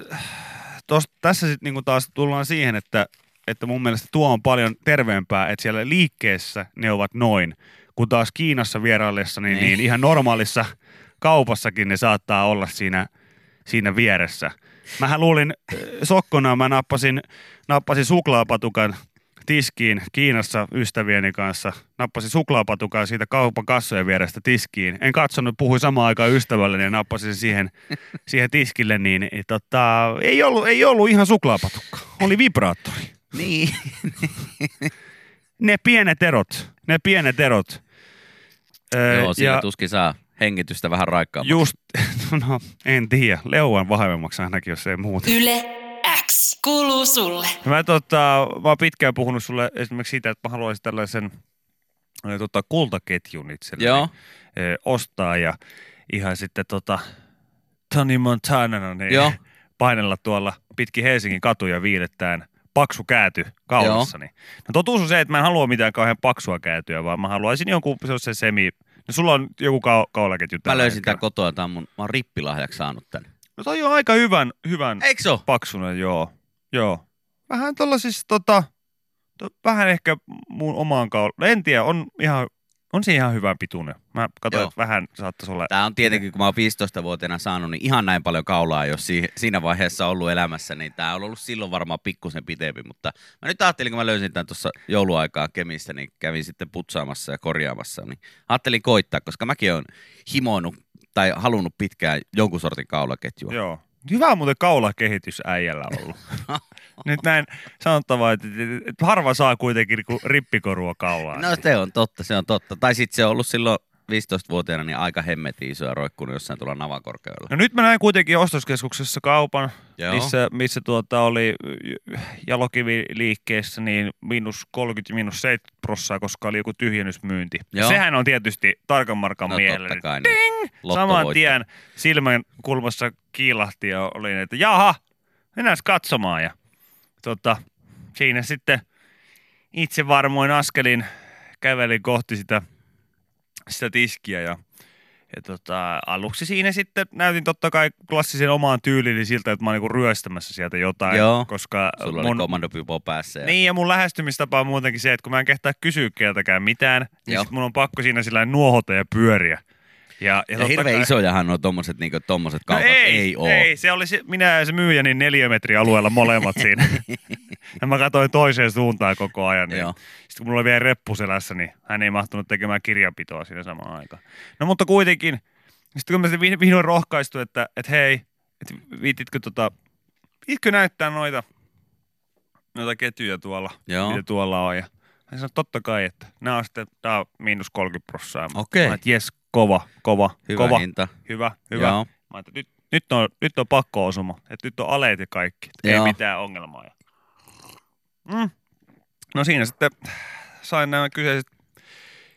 Speaker 2: tos, tässä sitten niinku taas tullaan siihen, että, että mun mielestä tuo on paljon terveempää, että siellä liikkeessä ne ovat noin, kun taas Kiinassa vieraillessa, niin,
Speaker 3: Niin.
Speaker 2: niin ihan normaalissa kaupassakin ne saattaa olla siinä, siinä vieressä. Mähän luulin äh, sokkona, mä nappasin, nappasin suklaapatukan tiskiin Kiinassa ystävieni kanssa. Nappasin suklaapatukan siitä kaupan kassojen vierestä tiskiin. En katsonut, puhuin samaan aikaan ystävälleni ja nappasin siihen, siihen tiskille, niin eh, tota, ei, ollut, ei ollut ihan suklaapatukka. Oli vibraattori.
Speaker 3: Niin.
Speaker 2: Ne pienet erot, ne pienet erot. Öö,
Speaker 3: joo, sillä tuskin saa hengitystä vähän raikkaammin.
Speaker 2: just, <laughs> no en tiedä, leuan vahvemmaksi ainakin, jos ei muuta.
Speaker 1: Yle X kuuluu sulle.
Speaker 2: Mä, tota, mä oon pitkään puhunut sulle esimerkiksi siitä, että mä haluaisin tällaisen ö, tota, kultaketjun itselleni
Speaker 3: Joo,
Speaker 2: ö, ostaa ja ihan sitten tota, Tony Montanana niin
Speaker 3: Joo.
Speaker 2: painella tuolla pitkin Helsingin katuja viilettään paksu kääty kaulassani. No totuus on se, että mä en halua mitään kauhean paksua käätyä, vaan mä haluaisin jonkun se semi... No sulla on joku kau- kaulaketju
Speaker 3: mä
Speaker 2: tällä
Speaker 3: löysin
Speaker 2: hetkellä.
Speaker 3: tämän kotoa, tää on mun, mä oon rippilahjaksi saanut tän.
Speaker 2: No toi on aika hyvän, hyvän
Speaker 3: Eikö se oo?
Speaker 2: paksunen, joo. Joo. Vähän tollasissa tota, to, vähän ehkä mun omaan kaulaan. En tiedä, on ihan, on se ihan hyvän pituinen. Mä katsoin,
Speaker 3: Joo.
Speaker 2: että vähän saattaisi olla.
Speaker 3: Tää on tietenkin, kun mä oon 15-vuotiaana saanut, niin ihan näin paljon kaulaa, jos si- siinä vaiheessa ollut elämässä, niin tää on ollut silloin varmaan pikkusen pitempi, mutta mä nyt ajattelin, kun mä löysin tän tuossa jouluaikaa Kemistä, niin kävin sitten putsaamassa ja korjaamassa, niin ajattelin koittaa, koska mäkin oon himoinut tai halunnut pitkään jonkun sortin kaulaketjua.
Speaker 2: Joo. Hyvä on muuten kaulakehitys äijällä
Speaker 3: <laughs>
Speaker 2: ollut. Nyt näin sanottavaa, että, että- että harva saa kuitenkin niinku rippikorua kaulaan.
Speaker 3: No se on totta, se on totta. Tai sitten se on ollut silloin 15-vuotiaana niin aika hemmetin isoja roikkunut jossain tuolla navakorkeudella.
Speaker 2: no nyt mä näin kuitenkin ostoskeskuksessa kaupan,
Speaker 3: Joo.
Speaker 2: missä, missä tuota oli y- jalokiviliikkeessä niin miinus 30 miinus 70 prossaa, koska oli joku tyhjennysmyynti.
Speaker 3: Joo.
Speaker 2: Sehän on tietysti tarkan markan
Speaker 3: no
Speaker 2: mielellä.
Speaker 3: totta kai.
Speaker 2: Ding!
Speaker 3: Niin.
Speaker 2: Saman
Speaker 3: Lottovoitto.
Speaker 2: tien silmän kulmassa kiilahti ja oli, niin, että jaha, mennään katsomaan. Ja tota, siinä sitten itse varmoin askelin kävelin kohti sitä, sitä tiskiä ja, ja tota, aluksi siinä sitten näytin totta kai klassisen omaan tyylini siltä, että mä oon niinku ryöstämässä sieltä jotain,
Speaker 3: Joo.
Speaker 2: koska
Speaker 3: Sulla oli kommandopipo päässä. Ja...
Speaker 2: No, niin, ja mun lähestymistapa on muutenkin se, että kun mä en kehtaa kysyä keltäkään mitään, niin
Speaker 3: Joo.
Speaker 2: sit mun on pakko siinä sillä lailla nuohota ja pyöriä. Ja,
Speaker 3: Ja, ja
Speaker 2: totta
Speaker 3: hirveän
Speaker 2: kai-
Speaker 3: isojahan on tommoset, niin tommoset
Speaker 2: No
Speaker 3: kaupat. ei, ei oo.
Speaker 2: ei, se oli se, minä ja se myyjä niin neliömetri alueella molemmat
Speaker 3: <laughs>
Speaker 2: siinä. ja mä katsoin toiseen suuntaan koko ajan. Niin.
Speaker 3: Joo.
Speaker 2: Sitten kun mulla oli vielä reppu selässä, niin hän ei mahtunut tekemään kirjanpitoa siinä samaan aikaan. No mutta kuitenkin, sitten kun mä sitten vih- vihdoin rohkaistuin, että, että hei, että viititkö tota, viititkö näyttää noita, noita ketjuja tuolla,
Speaker 3: Joo.
Speaker 2: mitä tuolla on. Ja hän sanoi, totta kai, että nämä on sitten, tämä on miinus 30 prosenttia.
Speaker 3: Okei.
Speaker 2: Mä et, jes, kova, kova,
Speaker 3: Hyvä niin.
Speaker 2: kova,
Speaker 3: hinta.
Speaker 2: hyvä, hyvä.
Speaker 3: Joo.
Speaker 2: Mä ajattelin, että nyt, nyt, on, nyt on pakko osuma. Että nyt on aleet ja kaikki. Et Ei
Speaker 3: Joo.
Speaker 2: mitään ongelmaa. Ja- Mm. No siinä sitten sain nämä kyseiset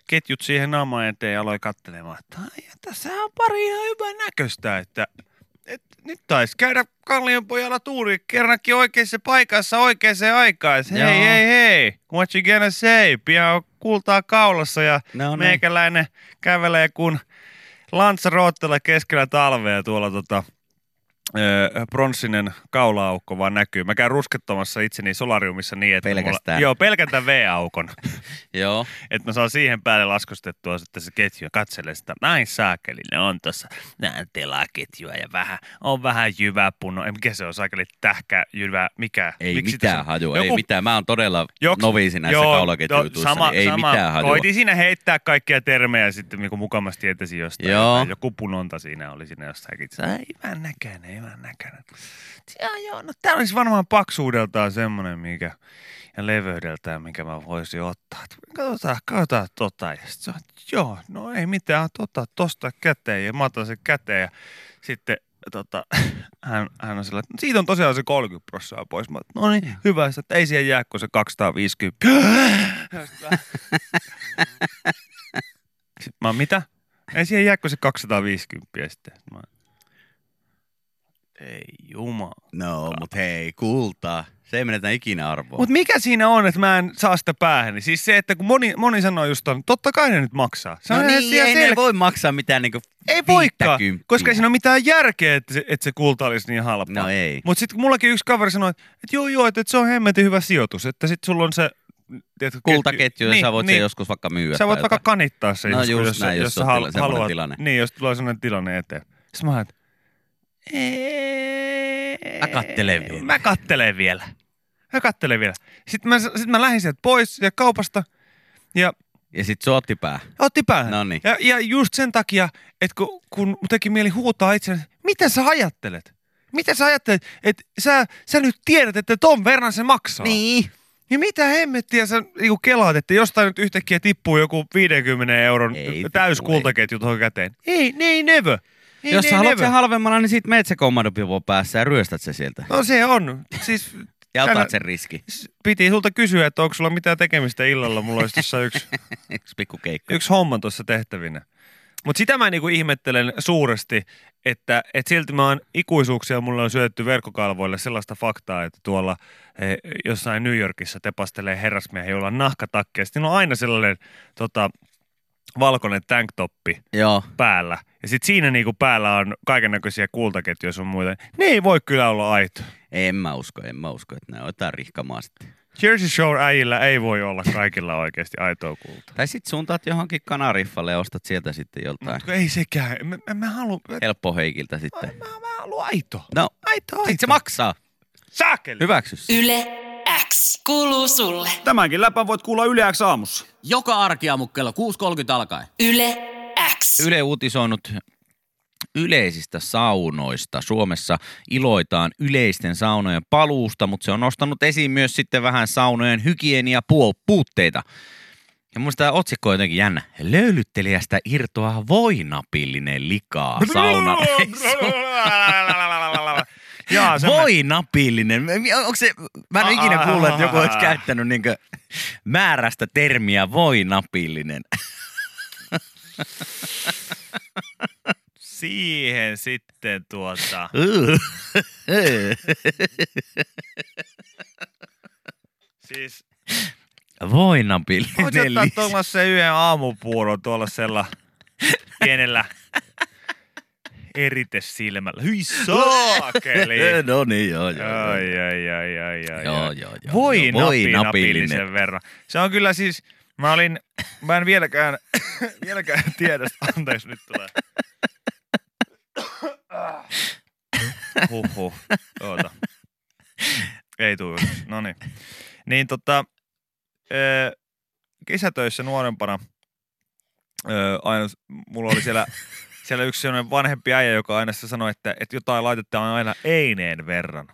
Speaker 2: ketjut siihen naamaan eteen ja aloin katselemaan, että ai, tässä on pari ihan hyvän näköistä, että, että nyt taisi käydä Kallionpojalla tuuri kerrankin oikeassa paikassa oikeaan aikaan. Et Hei,
Speaker 3: Joo.
Speaker 2: hei, hei, what you gonna say? Pian on kultaa kaulassa ja
Speaker 3: No niin.
Speaker 2: meikäläinen kävelee kun Lanzarottella keskellä talvea tuolla tota, öö, pronssinen kaulaaukko vaan näkyy. Mä käyn ruskettamassa itseni solariumissa niin, että
Speaker 3: Pelkästään.
Speaker 2: Mulla, joo, pelkästään V-aukon. <laughs>
Speaker 3: Joo.
Speaker 2: että mä saan siihen päälle laskustettua sitten se ketju ja katselen sitä. Näin saakeli, ne on tossa. Näin telaketjua ja vähän, on vähän jyväpunno. Ei, mikä se on saakeli, tähkä, jyvä, mikä?
Speaker 3: Ei
Speaker 2: Miksi
Speaker 3: mitään
Speaker 2: tässä-
Speaker 3: hajua, ei
Speaker 2: Joku
Speaker 3: mitään. Mä oon todella
Speaker 2: Joks-
Speaker 3: noviisi näissä
Speaker 2: joo,
Speaker 3: kaulaketjutuissa,
Speaker 2: joo, sama-
Speaker 3: niin ei
Speaker 2: sama.
Speaker 3: mitään hajua.
Speaker 2: Koitin siinä heittää kaikkia termejä sitten, niin kuin mukamassa tietäisi jostain.
Speaker 3: Joo.
Speaker 2: Jotain. Joku punonta siinä oli siinä jossakin. Se, Ei hyvän näköinen, hyvän näköinen. Joo, joo, no tää olisi varmaan paksuudeltaan semmonen, mikä ja leveydeltään, minkä mä voisin ottaa. Et Katsotaan, katsotaan tota. Ja sit se on, että joo, no ei mitään, tota tosta käteen. Ja mä otan sen käteen ja sitten tota, <laughs> hän, hän on sellainen, että siitä on tosiaan se 30 prosenttia pois. Mä, oon, no niin, hyvä, Sä, että ei siihen jää kuin se 250. Sitten mä oon, mitä? Ei siihen jää kuin se 250 sitten. Mä, oon, ei jumala.
Speaker 3: No, mut hei, kultaa. Se ei menetä ikinä arvoa.
Speaker 2: Mutta mikä siinä on, että mä en saa sitä päähäni? Siis se, että kun moni, moni sanoo just ton, totta kai ne nyt maksaa. Se
Speaker 3: no
Speaker 2: on ihan
Speaker 3: niin,
Speaker 2: siellä
Speaker 3: ei
Speaker 2: selkeä.
Speaker 3: ne voi maksaa mitään niinku
Speaker 2: Ei voikaan,
Speaker 3: viittäkymppiä.
Speaker 2: koska ei siinä ole mitään järkeä, että se, että se kulta olisi niin halpa.
Speaker 3: No ei.
Speaker 2: Mutta sitten mullakin yksi kaveri sanoi, että joo joo, että se on hemmetin hyvä sijoitus, että sitten sulla on se... Tiedätkö,
Speaker 3: Kultaketju, ja sä voit sen joskus vaikka myyä.
Speaker 2: Niin, Sä
Speaker 3: tai
Speaker 2: voit vaikka
Speaker 3: jotain.
Speaker 2: kanittaa sen,
Speaker 3: No
Speaker 2: joskus,
Speaker 3: just
Speaker 2: jos, sä-
Speaker 3: näin, jos
Speaker 2: jos
Speaker 3: on
Speaker 2: sä hal-
Speaker 3: tila- semmoinen
Speaker 2: haluat.
Speaker 3: tilanne.
Speaker 2: Niin, jos tulee sellainen tilanne eteen. Sitten mä ajattelin, "Ei,
Speaker 3: Mä kattelen vielä."
Speaker 2: Mä kattelen vielä. Mä kattelen vielä. Sitten mä, sit mä lähdin sieltä pois ja kaupasta ja
Speaker 3: Ja sit se otti pää.
Speaker 2: otti päähän.
Speaker 3: Noniin.
Speaker 2: Ja, ja just sen takia, että kun, kun mun teki mieli huutaa itselleen, että mitä sä ajattelet? Mitä sä ajattelet, että sä, sä nyt tiedät, että ton verran se maksaa?
Speaker 3: Niin.
Speaker 2: Niin mitä hemmettiä sä niinku kelaat, että jostain nyt yhtäkkiä tippuu joku 50 euron
Speaker 3: Ei tippu,
Speaker 2: täyskultaketju tuohon käteen? Ei, ne ei nevö. Ei,
Speaker 3: Jos
Speaker 2: ne
Speaker 3: sä
Speaker 2: ei
Speaker 3: haluat
Speaker 2: nevö.
Speaker 3: sen halvemmalla, niin sit meet se kommandopivon päässä ja ryöstät se sieltä.
Speaker 2: No se on. Siis
Speaker 3: <laughs> Ja
Speaker 2: tänä-
Speaker 3: otat sen riski. <laughs>
Speaker 2: s- piti sulta kysyä, että onko sulla mitään tekemistä illalla. Mulla olisi tuossa yksi,
Speaker 3: Yksi pikku keikka.
Speaker 2: yksi homma tuossa tehtävinä. Mutta sitä mä niinku ihmettelen suuresti, että et silti mä oon ikuisuuksia, mulla on syötty verkkokalvoille sellaista faktaa, että tuolla eh, jossain New Yorkissa tepastelee herrasmiehiä, joilla on nahkatakkeja. Sitten on aina sellainen tota, valkoinen tanktoppi
Speaker 3: Joo.
Speaker 2: päällä. Ja sitten siinä niinku päällä on kaiken näköisiä kultaketjuja sun muita. Ne ei voi kyllä olla aito.
Speaker 3: En mä usko, en mä usko, että nää on jotain rihkamaa sitten.
Speaker 2: Jersey Shore äijillä ei voi olla kaikilla oikeasti aitoa kultaa.
Speaker 3: Tai sit suuntaat johonkin kanariffalle ja ostat sieltä sitten joltain
Speaker 2: Mutta ei sekään. Mä, mä, mä haluan... Mä,
Speaker 3: helppoheikiltä sitten.
Speaker 2: mä, mä haluan aito.
Speaker 3: No,
Speaker 2: Aito, aito.
Speaker 3: sit se maksaa.
Speaker 2: Saakeli.
Speaker 3: Hyväksy se.
Speaker 1: Yle X. Kuuluu sulle.
Speaker 4: Tämänkin läpän voit kuulla Yle X aamussa.
Speaker 5: Joka arkiaamu kello 6.30 alkaen.
Speaker 1: Yle X.
Speaker 3: Yle uutisoinut yleisistä saunoista. Suomessa iloitaan yleisten saunojen paluusta, mutta se on nostanut esiin myös sitten vähän saunojen hygienia puutteita. Ja mun tämä otsikko on jotenkin jännä. Löylyttelijästä irtoaa voinapillinen likaa sauna.
Speaker 2: <laughs> Jaa, se Voi.
Speaker 3: Voinapillinen. Onko se, mä en ole ikinä kuullut, että joku olisi käyttänyt niinkö määrästä
Speaker 2: <laughs>
Speaker 3: termiä voinapillinen.
Speaker 2: Siihen sitten tuota... Siis... Voit
Speaker 3: Voinapillinen
Speaker 2: ottaa
Speaker 3: lisä.
Speaker 2: Tuomas se yhden aamupuuron tuolla sella pienellä eritesilmällä.
Speaker 3: <laughs>
Speaker 2: Hyi saakeli!
Speaker 3: no niin, joo, joo. joo.
Speaker 2: Ai, ai, ai, ai, ai,
Speaker 3: Joo,
Speaker 2: ai.
Speaker 3: joo, joo,
Speaker 2: Voi
Speaker 3: joo. Voi
Speaker 2: nappi
Speaker 3: napillinen.
Speaker 2: napillisen verran. Se on kyllä siis, Mä olin, mä en vieläkään, <coughs> vieläkään tiedä, anteeksi nyt tulee. Huhhuh, oota. Ei tuu ylös, noniin. Niin tota, öö, kisätöissä nuorempana, öö, aina, mulla oli siellä, siellä yksi sellainen vanhempi äijä, joka aina se sanoi, että, että jotain laitetaan aina eineen verran.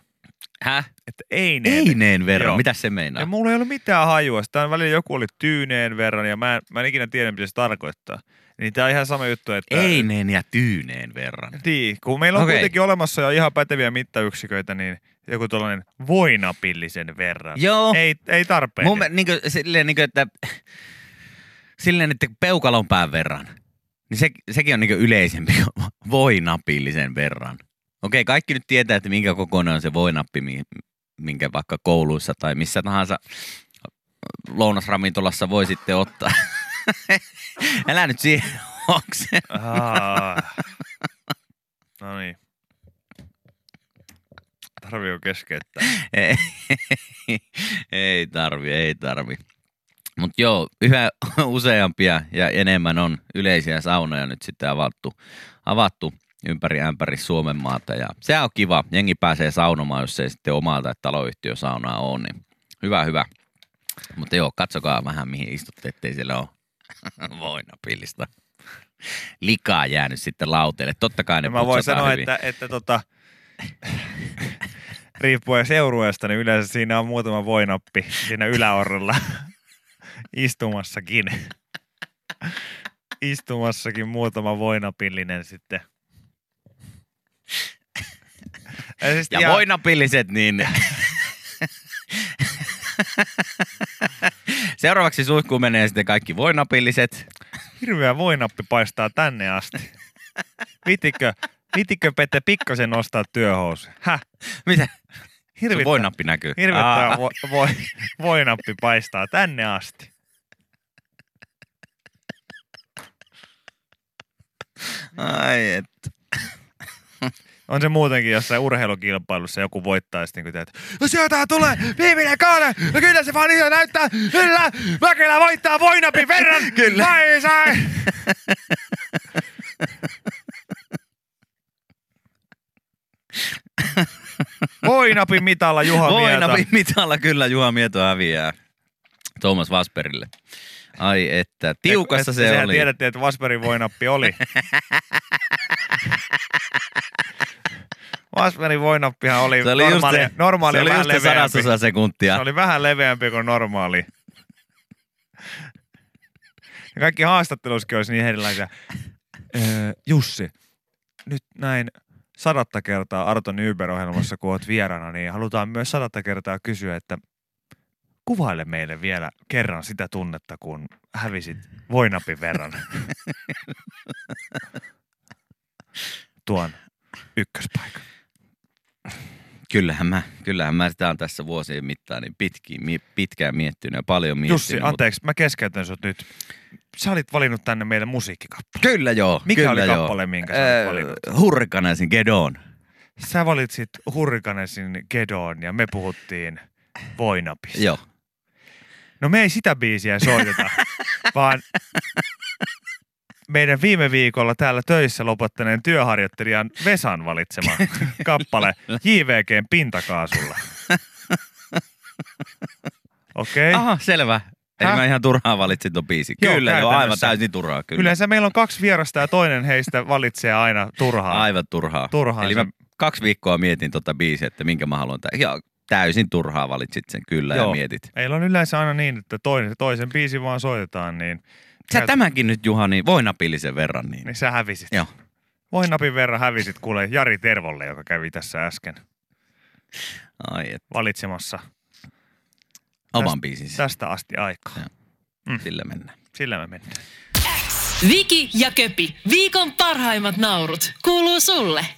Speaker 3: Häh?
Speaker 2: Että eineen
Speaker 3: Eineen verran,
Speaker 2: Joo.
Speaker 3: mitä se
Speaker 2: No.
Speaker 3: meinaa?
Speaker 2: Ja mulla ei ollut mitään hajua. Sitä on välillä joku oli tyyneen verran ja mä en, mä en ikinä tiedä, mitä se tarkoittaa. Niin tää on ihan sama juttu, että...
Speaker 3: Eineen ja tyyneen verran.
Speaker 2: Tii, kun meillä on
Speaker 3: Okei.
Speaker 2: okay. kuitenkin olemassa jo ihan päteviä mittayksiköitä, niin joku tällainen voinapillisen verran.
Speaker 3: Joo.
Speaker 2: Ei, ei tarpeen.
Speaker 3: Mun niin kuin, silleen, niin kuin, että, <laughs> silleen, että peukalon pään verran. Niin se, sekin on niin kuin yleisempi kuin <laughs> voinapillisen verran. Okei, kaikki nyt tietää, että minkä kokoinen on se voinappi, mi- minkä vaikka kouluissa tai missä tahansa lounasravintolassa voi sitten ottaa. <laughs> Älä nyt siihen <laughs> oksen. <laughs>
Speaker 2: No niin. Tarviiko keskeyttää?
Speaker 3: Ei, ei tarvi, ei tarvi. Mutta joo, yhä useampia ja enemmän on yleisiä saunoja nyt sitten avattu, avattu ympäri ämpäri Suomen maata. Ja se on kiva, jengi pääsee saunomaan, jos ei sitten omaa tai taloyhtiösaunaa ole, niin hyvä, hyvä. Mutta joo, katsokaa vähän mihin istutte, ettei siellä <laughs> ole voinapillista likaa jäänyt sitten lauteelle. Totta kai ne
Speaker 2: Ja mä voin
Speaker 3: putsataan
Speaker 2: sanoa,
Speaker 3: hyvin.
Speaker 2: että, että tota, riippuen seurueesta, niin yleensä siinä on muutama voinappi siinä yläorrella istumassakin. Istumassakin muutama voinapillinen sitten. Ja, siis
Speaker 3: Ja
Speaker 2: ihan-
Speaker 3: voinapilliset, niin... Seuraavaksi suihkuun menee sitten kaikki voinapilliset.
Speaker 2: Hirveä voinappi paistaa tänne asti. Vitikö, vitikö Pete pikkasen nostaa työhousuja? Häh?
Speaker 3: Mitä? Sun
Speaker 2: Hirvittää,
Speaker 3: voinappi näkyy.
Speaker 2: hirvittää
Speaker 3: Aa,
Speaker 2: vo, vo, voinappi paistaa tänne asti.
Speaker 3: Ai et.
Speaker 2: On se muutenkin jossain urheilukilpailussa joku voittaa sitten, kun teet, no sieltä tulee viimeinen kaade, no kyllä se vaan iso näyttää, kyllä, Mäkelä voittaa voinapin verran,
Speaker 3: <laughs>
Speaker 2: kyllä. Sai, sai. Voinapin mitalla Juha Voinapin.
Speaker 3: Voinapin mitalla kyllä Juha Mieto häviää. Tuomas Vasperille. Ai että, tiukassa
Speaker 2: Et-
Speaker 3: se
Speaker 2: sehän
Speaker 3: oli.
Speaker 2: tiedätte, että Vasperin voinappi oli.
Speaker 3: <laughs>
Speaker 2: Vasperin voinappihan oli,
Speaker 3: Se oli just
Speaker 2: normaali,
Speaker 3: se,
Speaker 2: normaali
Speaker 3: se oli
Speaker 2: vähän
Speaker 3: just se
Speaker 2: leveämpi.
Speaker 3: sadasosa sekuntia.
Speaker 2: Se oli vähän leveämpi kuin normaali. Ja kaikki haastatteluskin olisi niin erilaisia. Öö, Jussi, nyt näin sadatta kertaa Arto Nyber-ohjelmassa, kun oot vieraana, niin halutaan myös sadatta kertaa kysyä, että kuvaile meille vielä kerran sitä tunnetta, kun hävisit voinapin verran. Tuon ykköspaikan.
Speaker 3: Kyllähän mä, kyllähän mä sitä on tässä vuosien mittaan niin pitkiin, mi- pitkään miettinyt ja paljon miettinyt.
Speaker 2: Jussi,
Speaker 3: mutta-
Speaker 2: anteeksi, mä keskeytän sut nyt. Sä olit valinnut tänne meille musiikkikappaleen.
Speaker 3: Kyllä joo.
Speaker 2: Mikä
Speaker 3: kyllä
Speaker 2: oli
Speaker 3: joo.
Speaker 2: kappale, minkä sä olit valinnut?
Speaker 3: Hurrikanesin Gedon.
Speaker 2: Sä valitsit Hurrikanesin Gedon ja me puhuttiin Voinapista.
Speaker 3: Joo.
Speaker 2: No me ei sitä biisiä
Speaker 3: <laughs>
Speaker 2: soiteta, vaan meidän viime viikolla täällä töissä lopettaneen työharjoittelijan Vesan
Speaker 3: <laughs>
Speaker 2: valitsema kappale JVGn pintakaasulla. Okei. Okay.
Speaker 3: Aha, selvä. Eli
Speaker 2: Häh?
Speaker 3: mä ihan turhaan valitsin ton biisin.
Speaker 2: Joo,
Speaker 3: Kyllä, joo, aivan
Speaker 2: käytännössä.
Speaker 3: täysin turhaa. Kyllä.
Speaker 2: Yleensä meillä on kaksi vierasta ja toinen heistä valitsee aina turhaa.
Speaker 3: Aivan turhaa.
Speaker 2: Turhaan
Speaker 3: Eli
Speaker 2: se-
Speaker 3: mä kaksi viikkoa mietin tota biisiä, että minkä mä haluan. Tä- ja täysin turhaa valitsit sen kyllä ja
Speaker 2: Joo.
Speaker 3: mietit.
Speaker 2: Meillä on yleensä aina niin, että toinen, toisen biisi vaan soitetaan, niin,
Speaker 3: Sä
Speaker 2: Käyt-
Speaker 3: tämänkin nyt, Juha, niin voinapillisen verran. Niin.
Speaker 2: niin sä hävisit.
Speaker 3: Joo.
Speaker 2: Voi napin verran hävisit kuule Jari Tervolle, joka kävi tässä äsken
Speaker 3: Ai, et,
Speaker 2: valitsemassa
Speaker 3: oman biisinsä.
Speaker 2: tästä asti aikaa.
Speaker 3: Sillä mennään.
Speaker 2: Sillä me mennään.
Speaker 1: Viki ja Köpi, viikon parhaimmat naurut, kuuluu sulle.